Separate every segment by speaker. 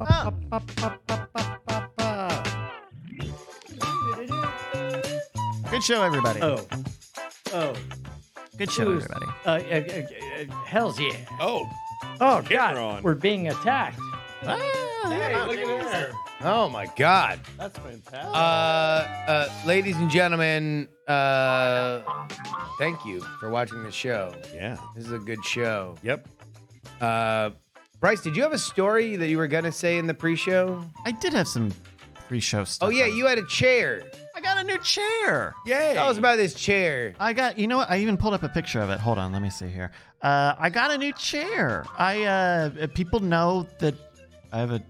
Speaker 1: Oh.
Speaker 2: Good show, everybody.
Speaker 1: Oh. Oh.
Speaker 2: Good show,
Speaker 1: Who's-
Speaker 2: everybody.
Speaker 1: Uh, uh, uh, uh, hell's yeah.
Speaker 3: Oh,
Speaker 1: Oh,
Speaker 3: Camera
Speaker 1: God.
Speaker 3: on.
Speaker 1: We're being attacked.
Speaker 3: hey, look at there.
Speaker 4: Oh my God.
Speaker 3: That's fantastic.
Speaker 4: Uh, uh, ladies and gentlemen, uh, thank you for watching the show.
Speaker 3: yeah.
Speaker 4: This is a good show.
Speaker 3: Yep.
Speaker 4: Uh, Bryce, did you have a story that you were gonna say in the pre-show?
Speaker 2: I did have some pre-show stuff.
Speaker 4: Oh yeah,
Speaker 2: I-
Speaker 4: you had a chair.
Speaker 2: I got a new chair.
Speaker 3: Yay.
Speaker 4: Tell us about this chair.
Speaker 2: I got. You know what? I even pulled up a picture of it. Hold on, let me see here. Uh, I got a new chair. I uh, people know that I have a.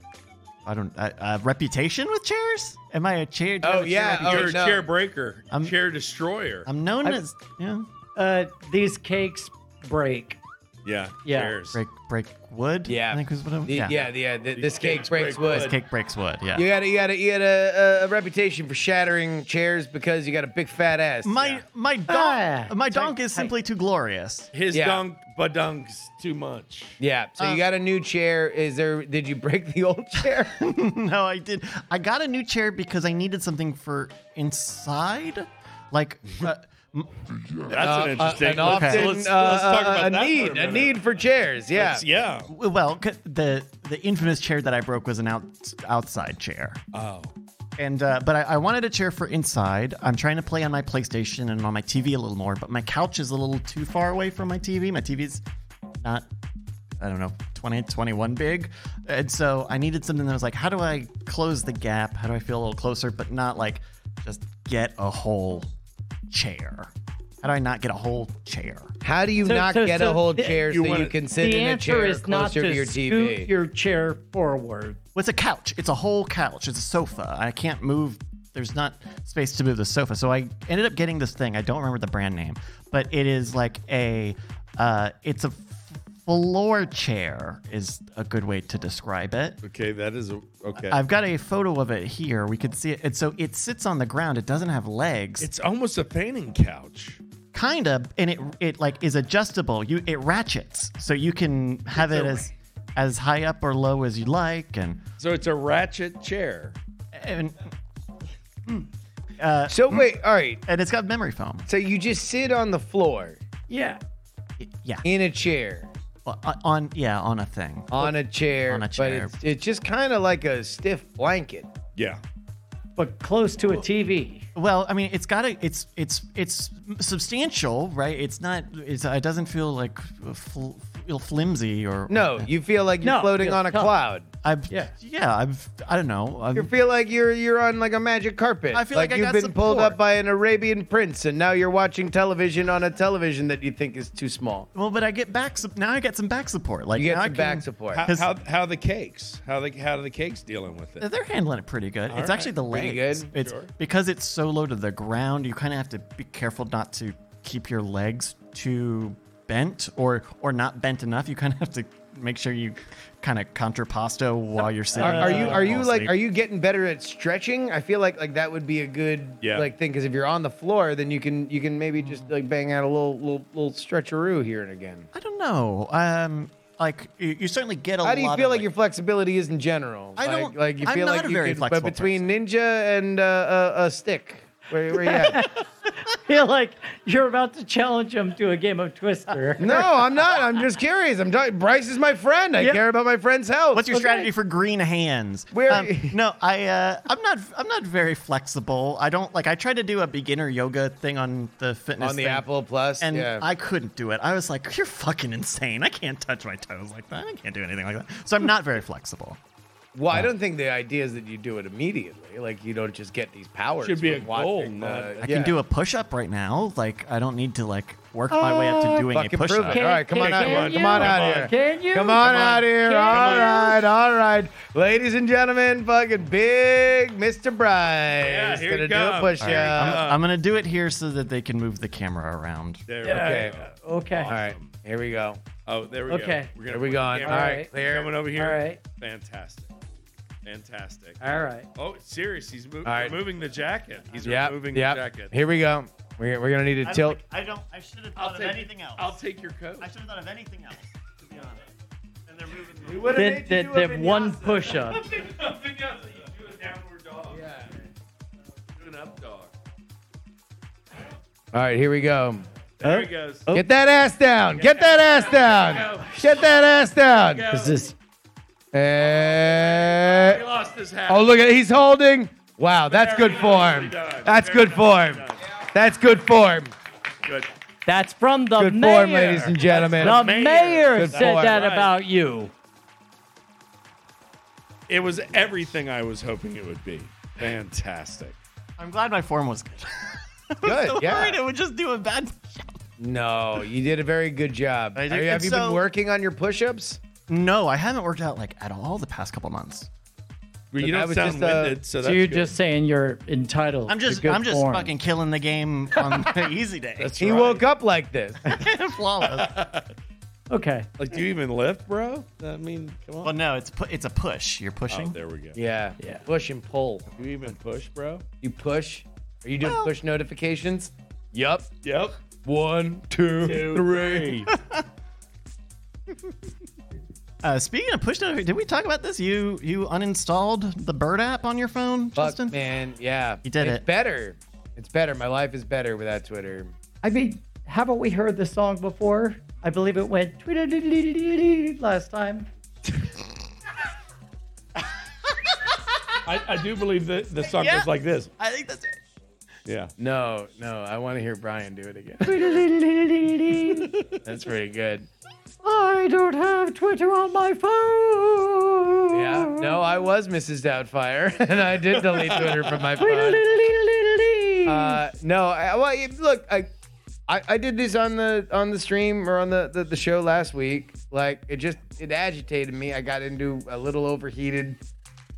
Speaker 2: I don't a, a reputation with chairs. Am I a chair? do I have
Speaker 4: Oh,
Speaker 2: a chair
Speaker 4: yeah.
Speaker 2: reputation?
Speaker 4: Oh,
Speaker 3: You're a
Speaker 4: no.
Speaker 3: chair breaker,
Speaker 2: I'm-
Speaker 3: chair destroyer.
Speaker 2: I'm known
Speaker 1: I've-
Speaker 2: as you know,
Speaker 1: Uh, these cakes break.
Speaker 3: yeah.
Speaker 1: Yeah.
Speaker 3: Chairs.
Speaker 2: break break wood.
Speaker 4: Yeah.
Speaker 2: I think was what I'm,
Speaker 4: The-
Speaker 2: yeah.
Speaker 4: yeah, yeah. th- this cake breaks
Speaker 2: This
Speaker 4: wood.
Speaker 2: cake breaks wood. Yeah.
Speaker 4: You got a, you got a, you got a, a, a reputation for shattering chairs because you got a big fat ass.
Speaker 2: My
Speaker 3: Yeah.
Speaker 2: my donk
Speaker 1: Ah,
Speaker 2: my
Speaker 1: tight,
Speaker 2: donk is
Speaker 1: tight.
Speaker 2: simply too glorious.
Speaker 3: His
Speaker 4: Yeah.
Speaker 3: dunk, but dunks too much.
Speaker 4: yeah. So
Speaker 2: Uh.
Speaker 4: you got a new chair. Is there? Did you break the old chair?
Speaker 2: no, I did. I got a new chair because I needed something for inside, like. Uh, m-
Speaker 3: That's
Speaker 4: Uh,
Speaker 3: an
Speaker 4: uh,
Speaker 3: interesting.
Speaker 4: an
Speaker 3: let's-
Speaker 4: often,
Speaker 3: let's,
Speaker 4: uh,
Speaker 3: let's talk about
Speaker 4: a
Speaker 3: that for
Speaker 4: need,
Speaker 3: a,
Speaker 4: a, need for chairs. Yeah.
Speaker 3: Yeah. yeah.
Speaker 2: well, c- the the infamous chair that I broke was an out, outside chair,
Speaker 3: Oh.
Speaker 2: and uh, but I, I wanted a chair for inside. I'm trying to play on my PlayStation and on my TV a little more, but my couch is a little too far away from my TV. My TV's not. I don't know, 20, 21 big. And so I needed something that was like, how do I close the gap? How do I feel a little closer, but not like just get a whole chair? How do I not get a whole chair?
Speaker 4: How do you
Speaker 1: So-
Speaker 4: not
Speaker 1: so-
Speaker 4: get
Speaker 1: so
Speaker 4: a whole
Speaker 1: the-
Speaker 4: chair
Speaker 3: you
Speaker 4: so
Speaker 3: wanna-
Speaker 4: you can sit
Speaker 1: the
Speaker 4: in a
Speaker 1: answer
Speaker 4: chair
Speaker 1: is not
Speaker 4: closer
Speaker 1: to,
Speaker 4: to your
Speaker 1: scoot
Speaker 4: TV?
Speaker 1: your chair forward.
Speaker 2: Well, it's a couch. It's a whole couch. It's a sofa. I can't move. There's not space to move the sofa. So I ended up getting this thing. I don't remember the brand name, but it is like a, uh, it's a f- floor chair is a good way to describe it.
Speaker 3: Okay, that is a, okay.
Speaker 2: I've got a photo of it here. We can see it. And so it sits on the ground. It doesn't have legs.
Speaker 3: it's almost a painting couch.
Speaker 2: kind of and it it like is adjustable you it ratchets so you can have it as as high up or low as you like and
Speaker 3: So it's a ratchet chair.
Speaker 2: and
Speaker 4: So wait, all right.
Speaker 2: and it's got memory foam
Speaker 4: So you just sit on the floor
Speaker 1: Yeah.
Speaker 2: yeah
Speaker 4: in a chair,
Speaker 2: Well, on- Uh, on yeah on a thing Uh,
Speaker 4: on a chair,
Speaker 2: On a
Speaker 4: but
Speaker 2: chair.
Speaker 4: it's, it's just kind of like a stiff blanket.
Speaker 3: Yeah.
Speaker 1: But close to a TV.
Speaker 2: well i mean it's got a it's it's it's substantial right it's not it's it doesn't feel like fl- feel flimsy or
Speaker 4: No, you feel like you're
Speaker 1: No,
Speaker 4: floating
Speaker 1: yeah,
Speaker 4: on a
Speaker 1: no.
Speaker 4: cloud.
Speaker 2: i've
Speaker 1: Yeah.
Speaker 2: yeah, yeah i've i don't know I've,
Speaker 4: You feel like you're you're on like a magic carpet.
Speaker 2: I feel like I
Speaker 4: you've
Speaker 2: got
Speaker 4: been pulled
Speaker 2: support.
Speaker 4: up by an Arabian prince, and now you're watching television on a television that you think is too small.
Speaker 2: well but i get back sup- now i get some back support like
Speaker 4: You get
Speaker 2: now I
Speaker 4: some back
Speaker 2: can-
Speaker 4: support.
Speaker 3: How,
Speaker 2: 'Cause-
Speaker 3: how how the cakes? How the how are the cakes dealing with it?
Speaker 2: They're handling it pretty good. it's
Speaker 3: right.
Speaker 2: actually the
Speaker 4: Pretty
Speaker 2: legs.
Speaker 4: good.
Speaker 2: It's
Speaker 3: Sure.
Speaker 2: because it's so low to the ground. You kind of have to be careful not to keep your legs too bent or or not bent enough. You kind of have to make sure you kind of contrapposto while you're sitting.
Speaker 4: Are, are you
Speaker 3: Uh,
Speaker 4: are you
Speaker 2: Fall
Speaker 4: like
Speaker 2: asleep.
Speaker 4: are you getting better at stretching? I feel like like that would be a good
Speaker 3: Yeah.
Speaker 4: like thing because if you're on the floor, then you can you can maybe just like bang out a little little little stretcheroo here and again.
Speaker 2: I don't know. Um, like you, you certainly get a.
Speaker 4: How do you
Speaker 2: lot
Speaker 4: feel
Speaker 2: of,
Speaker 4: like your flexibility is in general?
Speaker 2: I don't-
Speaker 4: Like, like you
Speaker 2: I'm
Speaker 4: feel
Speaker 2: not
Speaker 4: like
Speaker 2: a
Speaker 4: you
Speaker 2: very
Speaker 4: could, but
Speaker 2: flexible
Speaker 4: between ninja and uh, uh, a stick, where where you at?
Speaker 1: feel like you're about to challenge him to a game of Twister.
Speaker 4: no, I'm not. I'm just curious. I'm talking. Bryce is my friend. I
Speaker 1: Yep.
Speaker 4: care about my friend's health.
Speaker 2: What's your strategy for green hands? Um,
Speaker 4: Where-
Speaker 2: no, I uh, I'm not I'm not very flexible. I don't like I tried to do a beginner yoga thing on the fitness
Speaker 4: on the
Speaker 2: thing.
Speaker 4: Apple Plus?
Speaker 2: and
Speaker 4: yeah.
Speaker 2: I couldn't do it. I was like, "You're fucking insane! I can't touch my toes like that. I can't do anything like that." So I'm not very flexible.
Speaker 4: well, I don't think the idea is that you do it immediately. Like you don't just get these powers.
Speaker 3: Should be a
Speaker 4: from watching uh,
Speaker 3: goal,
Speaker 4: the-
Speaker 3: not-
Speaker 2: I can do a push up right now. Like I don't need to like work my way up to doing a
Speaker 4: Ah, Fucking
Speaker 2: push
Speaker 4: prove it.
Speaker 2: up.
Speaker 1: Can-
Speaker 4: all right, come on
Speaker 1: can-
Speaker 4: out
Speaker 1: can
Speaker 4: here.
Speaker 1: you?
Speaker 4: Come on
Speaker 3: Come
Speaker 4: out
Speaker 3: on.
Speaker 4: here.
Speaker 1: Can you?
Speaker 4: Come on
Speaker 1: Come
Speaker 4: out
Speaker 1: on.
Speaker 4: here.
Speaker 1: Can
Speaker 4: All
Speaker 1: you?
Speaker 4: right, all right. Ladies and gentlemen, fucking big Mr. Bryce.
Speaker 3: Yeah, here
Speaker 4: gonna
Speaker 3: it
Speaker 4: do a
Speaker 3: comes.
Speaker 4: push
Speaker 2: All
Speaker 4: up.
Speaker 2: right, I'm, I'm gonna do it here so that they can move the camera around.
Speaker 3: There
Speaker 4: Okay.
Speaker 3: we go.
Speaker 1: Okay.
Speaker 4: All right, here we go.
Speaker 3: Oh, there we
Speaker 1: Okay.
Speaker 3: go. We're gonna
Speaker 4: Here we
Speaker 3: put
Speaker 4: go.
Speaker 3: the
Speaker 4: All
Speaker 3: camera
Speaker 4: right,
Speaker 1: Alright.
Speaker 4: clear.
Speaker 3: Coming over here.
Speaker 1: All right.
Speaker 3: Fantastic. Fantastic.
Speaker 1: All right.
Speaker 3: Oh, it's serious. He's mo-
Speaker 4: right.
Speaker 3: removing the jacket. He's
Speaker 4: Yep,
Speaker 3: removing
Speaker 4: yep.
Speaker 3: the jacket.
Speaker 4: Here we go. We're, we're gonna need to tilt.
Speaker 2: I don't. I should have
Speaker 3: I'll take, I'll take your coat.
Speaker 2: should have thought of anything else. To be honest. And they're
Speaker 5: We would have
Speaker 1: Did,
Speaker 5: made you
Speaker 1: did,
Speaker 5: do a
Speaker 1: did one
Speaker 5: vinyasa.
Speaker 1: push up.
Speaker 5: Do a downward dog. Yeah. Do an up dog.
Speaker 4: All right, here we go.
Speaker 5: There he goes.
Speaker 3: Oh.
Speaker 4: Get that ass down. Get that ass down. Get that ass down.
Speaker 5: Go.
Speaker 1: Is this
Speaker 5: He
Speaker 4: Eh,
Speaker 5: lost his hat.
Speaker 4: oh, look at He's holding. Wow, that's good form. That's good form. That's good form.
Speaker 5: Good.
Speaker 1: that's from the
Speaker 4: Good
Speaker 1: mayor.
Speaker 4: form, ladies and gentlemen.
Speaker 1: the mayor,
Speaker 5: Mayor.
Speaker 4: Good
Speaker 1: said
Speaker 4: form.
Speaker 1: that
Speaker 5: Right.
Speaker 1: about you.
Speaker 3: It was everything I was hoping it would be. Fantastic.
Speaker 2: I'm glad my form was good.
Speaker 4: Good.
Speaker 2: Worried
Speaker 4: Yeah.
Speaker 2: it would just do a bad.
Speaker 4: No, you did a very good job.
Speaker 2: I
Speaker 4: Are
Speaker 2: did-
Speaker 4: you- have
Speaker 2: and
Speaker 4: you
Speaker 2: so-
Speaker 4: been working on your push-ups?
Speaker 2: No, I haven't worked out like at all the past couple months.
Speaker 3: Well,
Speaker 4: But
Speaker 3: you
Speaker 4: that
Speaker 3: don't
Speaker 4: was
Speaker 3: sound
Speaker 4: just, uh,
Speaker 3: winded, so
Speaker 1: So
Speaker 3: that's
Speaker 1: you're
Speaker 3: good.
Speaker 1: just saying you're entitled.
Speaker 2: I'm just
Speaker 1: to good
Speaker 2: I'm just
Speaker 1: form.
Speaker 2: fucking killing the game on the easy day.
Speaker 3: That's
Speaker 4: He
Speaker 3: right.
Speaker 4: woke up like this.
Speaker 2: flawless.
Speaker 1: okay.
Speaker 3: Like, do you even lift, bro? I mean, come on.
Speaker 2: Well, no, it's pu- it's a push. You're
Speaker 3: Oh,
Speaker 2: pushing.
Speaker 3: there we go.
Speaker 4: Yeah.
Speaker 1: Yeah.
Speaker 4: Push and pull.
Speaker 3: Do you even push, bro?
Speaker 4: You push. Are you doing
Speaker 2: Well-
Speaker 4: push notifications? Yup.
Speaker 3: Yep.
Speaker 4: One, two, three.
Speaker 2: uh, speaking of push notifications, did we talk about this? You you uninstalled the Bird app on your phone,
Speaker 4: Fuck,
Speaker 2: Justin?
Speaker 4: man. Yeah.
Speaker 2: You did
Speaker 4: it's
Speaker 2: it.
Speaker 4: better. It's better. My life is better without Twitter.
Speaker 1: I mean, haven't we heard this song before? I believe it went tweet last time.
Speaker 3: I, I do believe that the song
Speaker 2: Yeah.
Speaker 3: goes like this.
Speaker 2: I think that's it.
Speaker 3: Yeah.
Speaker 4: No, no. I want to hear Brian do it again.
Speaker 1: I
Speaker 4: That's pretty good.
Speaker 1: don't have Twitter on my phone.
Speaker 4: Yeah. No,
Speaker 3: uh,
Speaker 4: I was Mrs. Doubtfire, and I did delete Twitter from my phone.
Speaker 1: Uh,
Speaker 4: Uh, no, I, well, you- look, I, I, I did this on the on the stream or on the, the the show last week. Like, it just it agitated me. I got into a little overheated,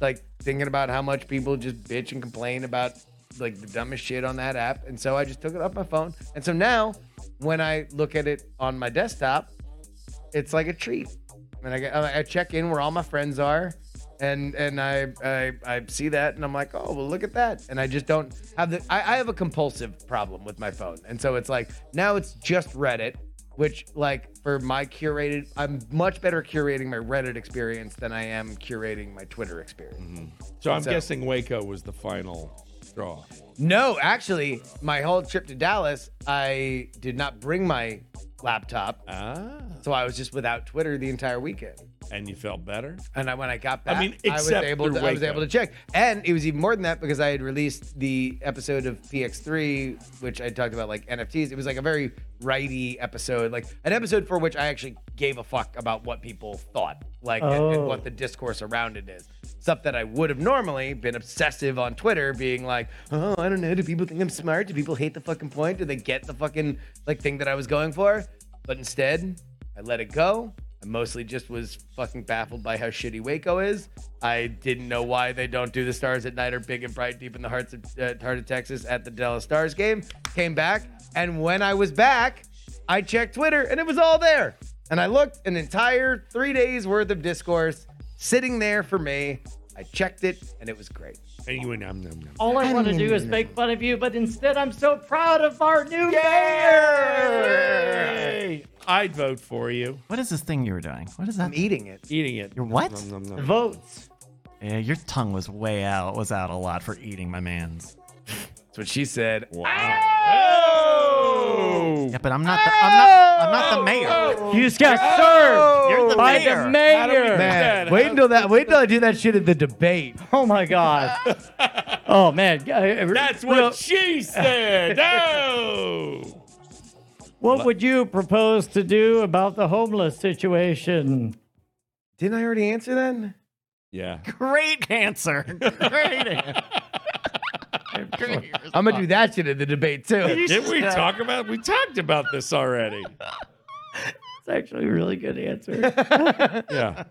Speaker 4: like thinking about how much people just bitch and complain about like the dumbest shit on that app, and so I just took it off my phone. And so now, when I look at it on my desktop, it's like a treat. And I, get- uh, I I check in where all my friends are, and and I, I I see that, and I'm like, oh well, look at that. And I just don't have the. I, I have a compulsive problem with my phone, and so it's like now it's just Reddit, which like for my curated, I'm much better curating my Reddit experience than I am curating my Twitter experience.
Speaker 3: So I'm
Speaker 4: So-
Speaker 3: guessing Waco was the final straw.
Speaker 4: No, actually, my whole trip to Dallas, I did not bring my laptop,
Speaker 3: Ah.
Speaker 4: so I was just without Twitter the entire weekend.
Speaker 3: And you felt better?
Speaker 4: And I, when I got back, I,
Speaker 3: mean,
Speaker 4: was
Speaker 3: except
Speaker 4: able to
Speaker 3: through
Speaker 4: I was
Speaker 3: Waco.
Speaker 4: able to check, and it was even more than that because I had released the episode of PX3, which I talked about like NFTs. It was like a very righty episode, like an episode for which I actually gave a fuck about what people thought, like and- and,
Speaker 1: Oh.
Speaker 4: what the discourse around it is. Stuff that I would have normally been obsessive on Twitter, being like, oh, I don't know, do people think I'm smart? Do people hate the fucking point? Do they get the fucking like thing that I was going for? But instead, I let it go. I mostly just was fucking baffled by how shitty Waco is. I didn't know why they don't do the stars at night are big and bright deep in the hearts of uh, heart of Texas at the Dallas Stars game. Came back, and when I was back, I checked Twitter and it was all there. And I looked an entire three days worth of discourse sitting there for me. I checked it and it was great.
Speaker 3: And you went, nom, nom, nom.
Speaker 1: All I want to do is make fun of you, but instead I'm so proud of our new mayor.
Speaker 3: Hey, I'd vote for you.
Speaker 2: What is this thing you were doing? What is that?
Speaker 4: I'm eating it.
Speaker 3: Eating it.
Speaker 2: Your what?
Speaker 3: Nom, nom, nom, nom.
Speaker 1: Votes.
Speaker 2: Yeah, your tongue was way out. Was out a lot for eating, my man's.
Speaker 4: That's what she said.
Speaker 3: Oh!
Speaker 2: Yeah, but I'm not. The, I'm not. I'm not the
Speaker 4: Oh!
Speaker 2: mayor.
Speaker 1: Oh. You just got served
Speaker 2: You're the
Speaker 1: by
Speaker 2: mayor.
Speaker 1: the
Speaker 3: How do we
Speaker 1: Oh, mayor.
Speaker 3: do
Speaker 4: Man,
Speaker 3: that?
Speaker 4: wait until that. Wait until I do that shit at the debate.
Speaker 1: Oh my god. Oh man.
Speaker 3: That's
Speaker 1: That's
Speaker 3: what she said. Oh! No!
Speaker 1: What would you propose to do about the homeless situation?
Speaker 4: Didn't I already answer that?
Speaker 3: Yeah.
Speaker 2: Great answer. Great answer. Great answer.
Speaker 4: I'm gonna do that shit at the debate too.
Speaker 3: Did we talk about We talked about this already.
Speaker 1: It's actually a really good answer.
Speaker 3: Yeah.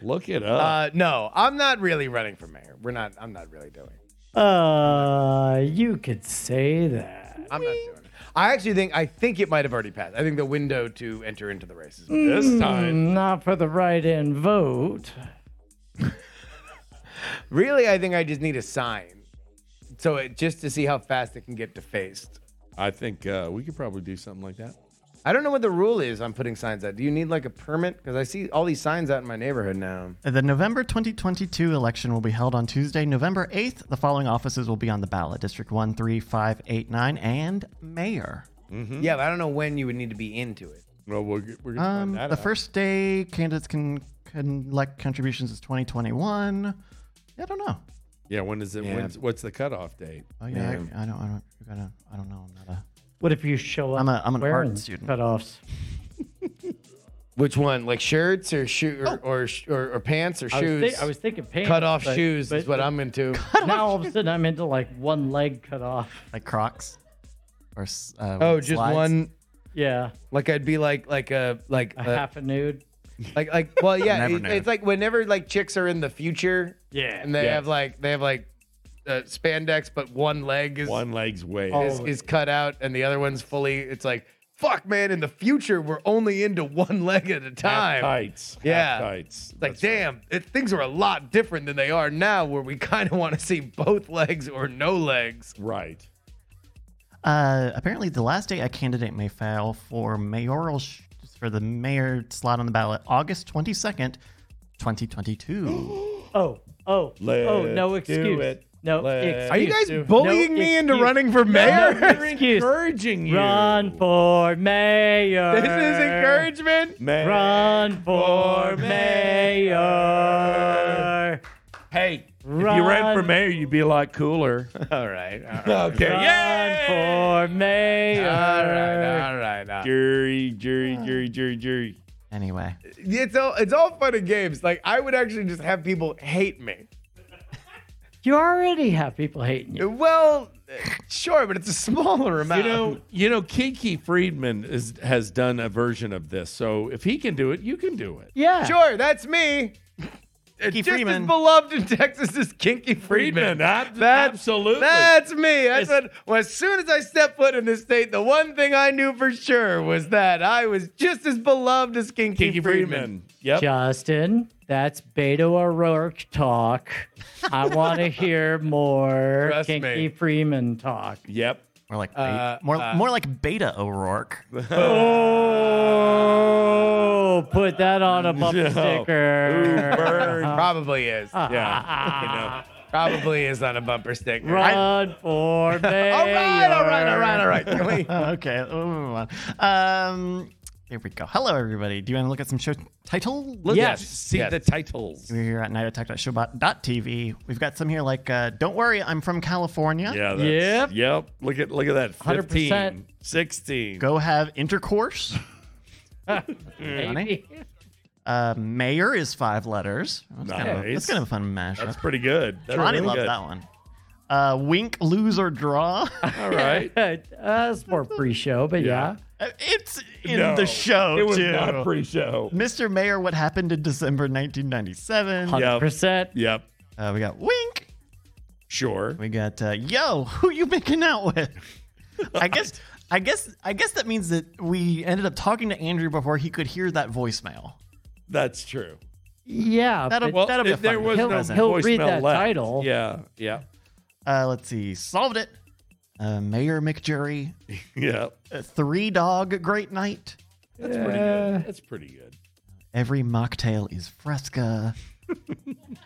Speaker 3: Look it up.
Speaker 4: Uh, no, I'm not really running for mayor. We're not. I'm not really doing. it.
Speaker 1: Uh, you could say that.
Speaker 4: I'm not doing. it. I actually think. I think it might have already passed. I think the window to enter into the race is.
Speaker 2: Uh, mm.
Speaker 3: this time.
Speaker 1: Mm, Not for the write-in vote.
Speaker 4: Really, I think I just need a sign. So it just to see how fast it can get defaced.
Speaker 3: I think uh, we could probably do something like that.
Speaker 4: I don't know what the rule is on putting signs out. Do you need like a permit? Because I see all these signs out in my neighborhood now.
Speaker 2: The November 2022 election will be held on Tuesday, November 8th. The following offices will be on the ballot District 1, 3, 5, 8, 9, and Mayor.
Speaker 4: Yeah, but I don't know when you would need to be into it.
Speaker 3: Well, we're, g- we're gonna
Speaker 2: Um,
Speaker 3: find that
Speaker 2: the
Speaker 3: out.
Speaker 2: first day candidates can can elect contributions is 2021. I don't know.
Speaker 3: Yeah. When is it?
Speaker 4: Yeah.
Speaker 3: When's, what's the cutoff date?
Speaker 2: Oh, yeah, I, I don't. I don't. I don't, I don't know. I'm not a.
Speaker 1: What if you show up?
Speaker 2: I'm a- I'm an art
Speaker 1: wearing
Speaker 2: student.
Speaker 1: Cutoffs.
Speaker 4: Which one? Like shirts or shoe or, or, sh- or, or pants or
Speaker 1: I was,
Speaker 4: shoes?
Speaker 1: thi- I was thinking pants.
Speaker 4: Cut off
Speaker 1: but-
Speaker 4: shoes
Speaker 1: but
Speaker 4: is what I'm into.
Speaker 1: Now all of a sudden I'm into like one leg cut off.
Speaker 2: like Crocs, or s- uh,
Speaker 4: Oh, just
Speaker 2: slides.
Speaker 4: one.
Speaker 1: Yeah,
Speaker 4: Like I'd be like like a like
Speaker 1: a
Speaker 4: a-
Speaker 1: half a nude.
Speaker 4: like like well yeah.
Speaker 2: Never
Speaker 4: it-
Speaker 2: knew.
Speaker 4: it's like whenever like chicks are in the future
Speaker 1: Yeah.
Speaker 4: and they
Speaker 3: Yeah.
Speaker 4: have like they have like uh, spandex, but one leg is
Speaker 3: One leg's way.
Speaker 1: Oh.
Speaker 4: is, is cut out and the other one's fully. It's like fuck, man. In the future, we're only into one leg at a
Speaker 3: Half
Speaker 4: time.
Speaker 3: tights. half
Speaker 4: Yeah.
Speaker 3: tights.
Speaker 4: It's like,
Speaker 3: That's right.
Speaker 4: damn, it, things are a lot different than they are now, where we kind of want to see both legs or no legs.
Speaker 3: Right.
Speaker 2: Uh, apparently, the last day a candidate may file for mayoral sh- for the mayor slot on the ballot, August 22nd, 2022.
Speaker 1: Oh, oh, oh!
Speaker 3: Let's
Speaker 1: No
Speaker 3: do
Speaker 1: excuse.
Speaker 3: it.
Speaker 1: No
Speaker 3: Let's
Speaker 1: excuse.
Speaker 4: Are you guys
Speaker 3: do-
Speaker 4: bullying
Speaker 1: No
Speaker 4: me into
Speaker 1: excuse.
Speaker 4: running for
Speaker 1: No
Speaker 4: mayor?
Speaker 1: excuse.
Speaker 3: Encouraging you.
Speaker 1: Run for mayor.
Speaker 4: This is encouragement.
Speaker 3: Man.
Speaker 1: Run for
Speaker 3: For
Speaker 1: mayor.
Speaker 3: Hey, if you ran
Speaker 1: Run.
Speaker 3: for mayor, you'd be a lot cooler.
Speaker 4: All right. All right.
Speaker 3: okay.
Speaker 1: Run
Speaker 3: Yeah.
Speaker 1: for mayor.
Speaker 4: All right. All right. all right.
Speaker 3: Jury, jury, jury, jury, jury.
Speaker 2: anyway,
Speaker 4: It's all it's all fun and games. Like I would actually just have people hate me.
Speaker 1: You already have people hating you.
Speaker 4: Well, sure, but it's a smaller
Speaker 3: You
Speaker 4: amount.
Speaker 3: know, you know, Kiki Friedman is, has done a version of this. So if he can do it, you can do it.
Speaker 1: Yeah.
Speaker 4: sure, that's me. It's just
Speaker 2: Freeman.
Speaker 4: as beloved in Texas as Kinky Friedman.
Speaker 3: Friedman, ab-
Speaker 4: That's-
Speaker 3: absolutely.
Speaker 4: That's me. That's what, well, as soon as I stepped foot in this state, the one thing I knew for sure was that I was just as beloved as Kinky,
Speaker 3: Kiki
Speaker 4: Friedman.
Speaker 3: Friedman. Yep.
Speaker 1: Justin, that's Beto O'Rourke talk. I want to hear more
Speaker 4: Trust me.
Speaker 1: Kinky Freeman talk.
Speaker 3: Yep.
Speaker 2: more like beta, more more like Beta O'Rourke.
Speaker 1: Oh, put that on a bumper
Speaker 3: No. Ooh,
Speaker 1: sticker.
Speaker 2: Uh-huh.
Speaker 3: burn.
Speaker 4: Probably is.
Speaker 2: Uh.
Speaker 3: yeah. You know.
Speaker 4: Probably is on a bumper sticker.
Speaker 1: Run for mayor.
Speaker 4: All right, all right, all right, all right. Can we-
Speaker 2: Oh, okay, we'll move on. Um, here we go. Hello, everybody. Do you want to look at some show title?
Speaker 1: Yes.
Speaker 3: See the titles.
Speaker 2: We're here at nightattack.showbot.tv. We've got some here like uh, Don't Worry, I'm from California.
Speaker 3: Yeah.
Speaker 1: Yep.
Speaker 3: that's- Yep. Look at look at that. 15,
Speaker 1: 100%.
Speaker 3: 16.
Speaker 2: Go Have Intercourse.
Speaker 1: Maybe.
Speaker 2: Uh, mayor is five letters. That's, kind, of, that's
Speaker 3: Nice.
Speaker 2: kind of a fun mashup.
Speaker 3: That's pretty good. That's
Speaker 2: Ronnie
Speaker 3: really
Speaker 2: loved
Speaker 3: good.
Speaker 2: that one. Uh, wink, lose, or draw.
Speaker 3: All right.
Speaker 1: uh, it's more pre-show, but
Speaker 3: Yeah.
Speaker 1: yeah.
Speaker 2: Uh, it's in
Speaker 3: No,
Speaker 2: the show,
Speaker 3: It was
Speaker 2: too.
Speaker 3: not pre-show.
Speaker 2: Mr. Mayor, what happened in December 1997?
Speaker 1: Hundred percent.
Speaker 3: Yep.
Speaker 2: Uh, we got wink.
Speaker 3: Sure.
Speaker 2: We got uh, yo. Who you making out with? I guess. I guess. I guess that means that we ended up talking to Andrew before he could hear that voicemail.
Speaker 3: That's true.
Speaker 1: Yeah.
Speaker 2: That'll-
Speaker 1: but
Speaker 2: well, That'll be a
Speaker 3: if there
Speaker 2: fun
Speaker 3: was
Speaker 1: He'll-
Speaker 3: no
Speaker 1: he'll read
Speaker 3: voicemail
Speaker 1: that
Speaker 3: left.
Speaker 1: title.
Speaker 3: Yeah. Yeah.
Speaker 2: Uh, let's see. Solved it. Uh, Mayor McJury.
Speaker 3: Yeah.
Speaker 2: Uh, three dog. Great night.
Speaker 3: That's pretty good. That's pretty good.
Speaker 2: Every mocktail is fresca.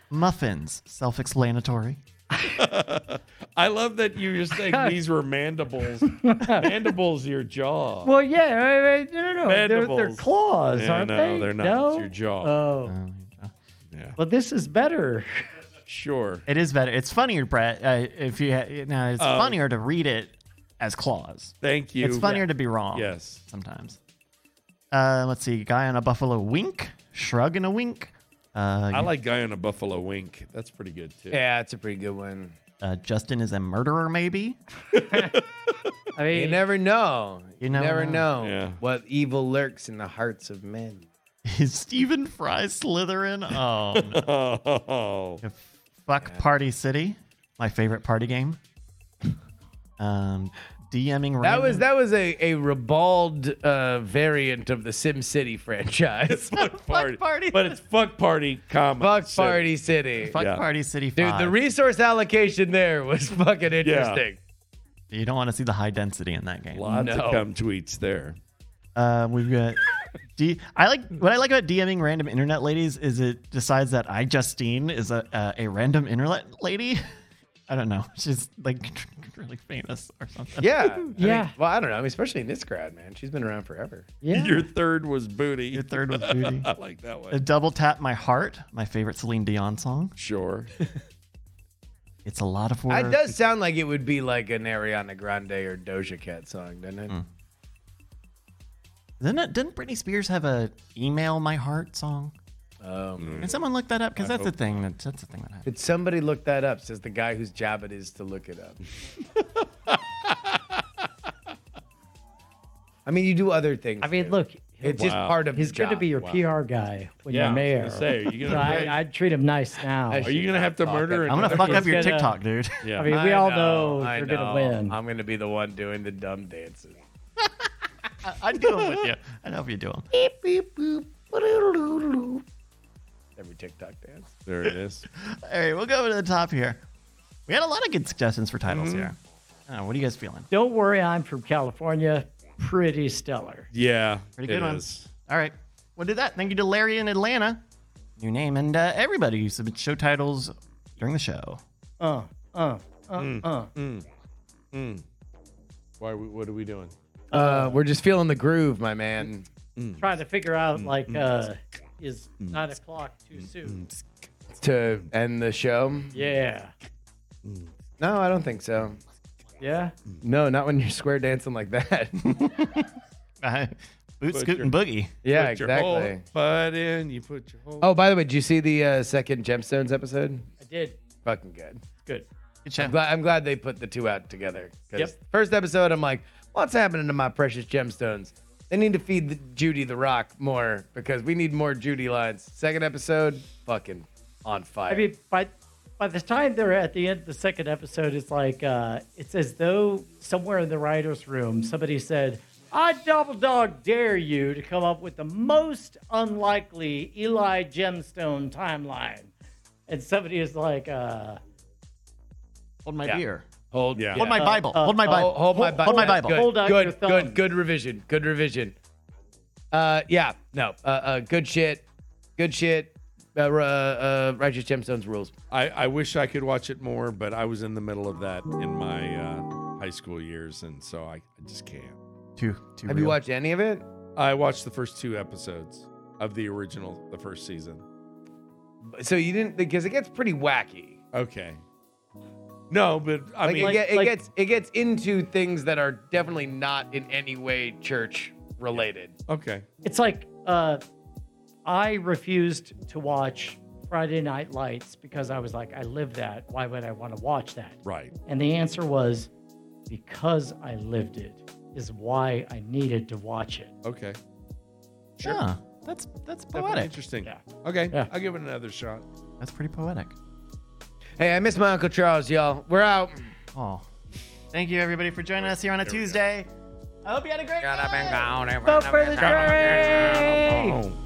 Speaker 2: Muffins, self explanatory.
Speaker 3: I love that you were just saying these were mandibles. mandibles, your jaw.
Speaker 1: well, yeah. I- I- No, no, no. They're, they're
Speaker 3: Mandibles.
Speaker 1: claws,
Speaker 3: Yeah,
Speaker 1: aren't
Speaker 3: no, Uh,
Speaker 1: they?
Speaker 3: they're not.
Speaker 1: No?
Speaker 3: It's your jaw.
Speaker 1: Oh.
Speaker 3: Yeah.
Speaker 1: Well, this is better.
Speaker 3: Sure.
Speaker 2: It is better. It's funnier, Brett. Uh, if you ha- now, it's
Speaker 3: Oh.
Speaker 2: funnier to read it as claws.
Speaker 3: Thank you.
Speaker 2: It's funnier to be wrong.
Speaker 3: Yes.
Speaker 2: sometimes. Uh, let's see. Guy on a buffalo wink, shrug and a wink. Uh,
Speaker 3: I like guy on a buffalo wink. That's pretty good too.
Speaker 4: Yeah, it's a pretty good one.
Speaker 2: uh, Justin is a murderer, maybe.
Speaker 1: I mean,
Speaker 4: You never know.
Speaker 2: You
Speaker 4: You
Speaker 2: never
Speaker 4: never, know,
Speaker 3: Yeah.
Speaker 4: what evil lurks in the hearts of men.
Speaker 2: Is Stephen Fry Slytherin? Oh, no.
Speaker 3: Oh.
Speaker 2: fuck Party City, my favorite party game. Um, DMing.
Speaker 4: That was
Speaker 2: random-
Speaker 3: Mm-hmm.
Speaker 4: that was a a ribald uh, variant of the Sim City franchise.
Speaker 3: Fuck party.
Speaker 2: party.
Speaker 3: But it's fuck party, comma.
Speaker 4: Fuck
Speaker 3: Sim.
Speaker 4: Party City.
Speaker 2: Fuck
Speaker 3: yeah.
Speaker 2: Party City.
Speaker 4: Dude,
Speaker 2: Five.
Speaker 4: the resource allocation there was fucking interesting.
Speaker 2: you don't want to see the high density in that game.
Speaker 3: Lots
Speaker 4: No.
Speaker 3: of cum tweets there.
Speaker 2: Uh, we've got. D- I like what I like about DMing random internet ladies is it decides that I Justine is a uh, a random internet lady. I don't know. She's like really famous or something.
Speaker 4: Yeah. I mean,
Speaker 1: Yeah.
Speaker 4: well, I don't know. I mean, especially in this crowd, man. She's been around forever.
Speaker 1: Yeah.
Speaker 3: Your third was booty.
Speaker 2: Your third was booty.
Speaker 3: I like that
Speaker 2: A
Speaker 3: one.
Speaker 2: double tap my heart, my favorite Celine Dion song.
Speaker 3: Sure.
Speaker 2: It's a lot of work.
Speaker 4: It does sound like it would be like an Ariana Grande or Doja Cat song, doesn't
Speaker 3: Hmm.
Speaker 4: it?
Speaker 2: Didn't, it, didn't Britney Spears have a email my heart song?
Speaker 4: Um,
Speaker 2: Can someone look that up? Because that's the
Speaker 3: hope
Speaker 2: thing. That, that's the thing that happened.
Speaker 4: Could somebody look that up? Says the guy whose job it is to look it up. I mean, you do other things.
Speaker 1: I mean,
Speaker 4: too.
Speaker 1: look,
Speaker 4: it's just
Speaker 3: Wow.
Speaker 4: part of
Speaker 1: he's
Speaker 4: the
Speaker 1: going to
Speaker 4: job.
Speaker 1: be your
Speaker 3: Wow.
Speaker 1: PR guy when
Speaker 3: Yeah, I
Speaker 1: you're
Speaker 3: was
Speaker 1: mayor.
Speaker 3: gonna say, are you
Speaker 1: so
Speaker 3: gonna
Speaker 1: I, I'd treat him nice now.
Speaker 4: I
Speaker 3: Are
Speaker 1: I
Speaker 3: you gonna have to
Speaker 4: Fuck,
Speaker 3: murder?
Speaker 4: I'm
Speaker 2: I'm
Speaker 3: another
Speaker 2: gonna fuck up
Speaker 1: It's
Speaker 2: your
Speaker 1: gonna-
Speaker 2: TikTok, dude.
Speaker 3: Yeah.
Speaker 1: mean, we all know,
Speaker 4: I
Speaker 1: you're going to
Speaker 4: know.
Speaker 1: win.
Speaker 4: I'm going to be the one doing the dumb dances.
Speaker 2: I do them with you. I know if you do them.
Speaker 4: Beep, beep, boop, ba-doodle-doodle-doo. Every TikTok dance.
Speaker 3: there it is.
Speaker 2: All right, we'll go over to the top here. We had a lot of good suggestions for titles
Speaker 3: Mm-hmm.
Speaker 2: here. Uh, what are you guys feeling?
Speaker 1: Don't worry, I'm from California. Pretty stellar.
Speaker 3: Yeah.
Speaker 2: Pretty good
Speaker 3: it
Speaker 2: one.
Speaker 3: is.
Speaker 2: All right. Well, do that. Thank you to Larry in Atlanta, new name, and uh, everybody who submits show titles during the show.
Speaker 1: Uh, uh, uh,
Speaker 3: Mm.
Speaker 1: uh.
Speaker 3: Why? What are we doing?
Speaker 4: Uh, we're just feeling the groove, my man.
Speaker 1: Trying to figure out, like, uh, is nine o'clock too soon?
Speaker 4: To end the show?
Speaker 1: Yeah.
Speaker 4: No, I don't think so.
Speaker 1: Yeah.
Speaker 4: No, not when you're square dancing like that.
Speaker 2: Uh, boot,
Speaker 3: Put
Speaker 2: scoot,
Speaker 3: your-
Speaker 2: and boogie.
Speaker 4: yeah,
Speaker 3: Put your whole
Speaker 4: exactly.
Speaker 3: butt in. You put your whole.
Speaker 4: Oh, by the way, did you see the uh, second Gemstones episode?
Speaker 1: I did.
Speaker 4: Fucking good.
Speaker 1: Good.
Speaker 2: Good show.
Speaker 4: I'm glad, I'm glad they put the two out together. 'cause
Speaker 1: Yep.
Speaker 4: First episode, I'm like, what's happening to my precious gemstones? They need to feed the, Judy the Rock more because we need more Judy lines. Second episode, fucking on fire.
Speaker 1: I mean, by by the time they're at the end of the second episode, it's like uh, it's as though somewhere in the writers' room somebody said, "I double dog dare you to come up with the most unlikely Eli Gemstone timeline," and somebody is like, uh,
Speaker 2: Hold my
Speaker 4: Yeah.
Speaker 2: beer.
Speaker 4: hold,
Speaker 3: yeah.
Speaker 2: Hold my
Speaker 1: Uh,
Speaker 2: Bible.
Speaker 1: uh,
Speaker 2: hold my
Speaker 1: uh,
Speaker 2: Bible.
Speaker 4: hold, hold my Bible.
Speaker 2: Hold my Bible.
Speaker 4: Good,
Speaker 1: Hold out
Speaker 4: good,
Speaker 1: your thumb.
Speaker 4: good, good revision. Good revision. Uh, yeah, no, uh, uh, good shit, good shit. Uh, uh, uh, Righteous Gemstones rules.
Speaker 3: I, I wish I could watch it more, but I was in the middle of that in my uh, high school years, and so I, I just can't.
Speaker 2: Too, too
Speaker 4: Have
Speaker 2: real.
Speaker 4: you watched any of it?
Speaker 3: I watched the first two episodes of the original, the first season.
Speaker 4: So you didn't because it gets pretty wacky.
Speaker 3: Okay. No, but I
Speaker 4: like,
Speaker 3: mean,
Speaker 4: it, get, it
Speaker 1: like-
Speaker 4: gets it gets into things that are definitely not in any way church related.
Speaker 3: okay.
Speaker 1: "It's like uh, I refused to watch Friday Night Lights because I was like, I live that. Why would I want to watch that?"
Speaker 3: Right.
Speaker 1: And the answer was, "Because I lived it." Is why I needed to watch it.
Speaker 3: Okay.
Speaker 2: Yeah, Ah, that's that's
Speaker 3: Definitely
Speaker 2: poetic.
Speaker 3: interesting.
Speaker 1: Yeah.
Speaker 3: Okay.
Speaker 1: Yeah.
Speaker 3: I'll give it another shot.
Speaker 2: That's pretty poetic.
Speaker 4: Hey, I miss my uncle Charles, y'all. We're out.
Speaker 2: Oh, thank you everybody for joining us here on a Tuesday. I hope you had a great. night.
Speaker 1: Vote for the jury!
Speaker 3: Oh.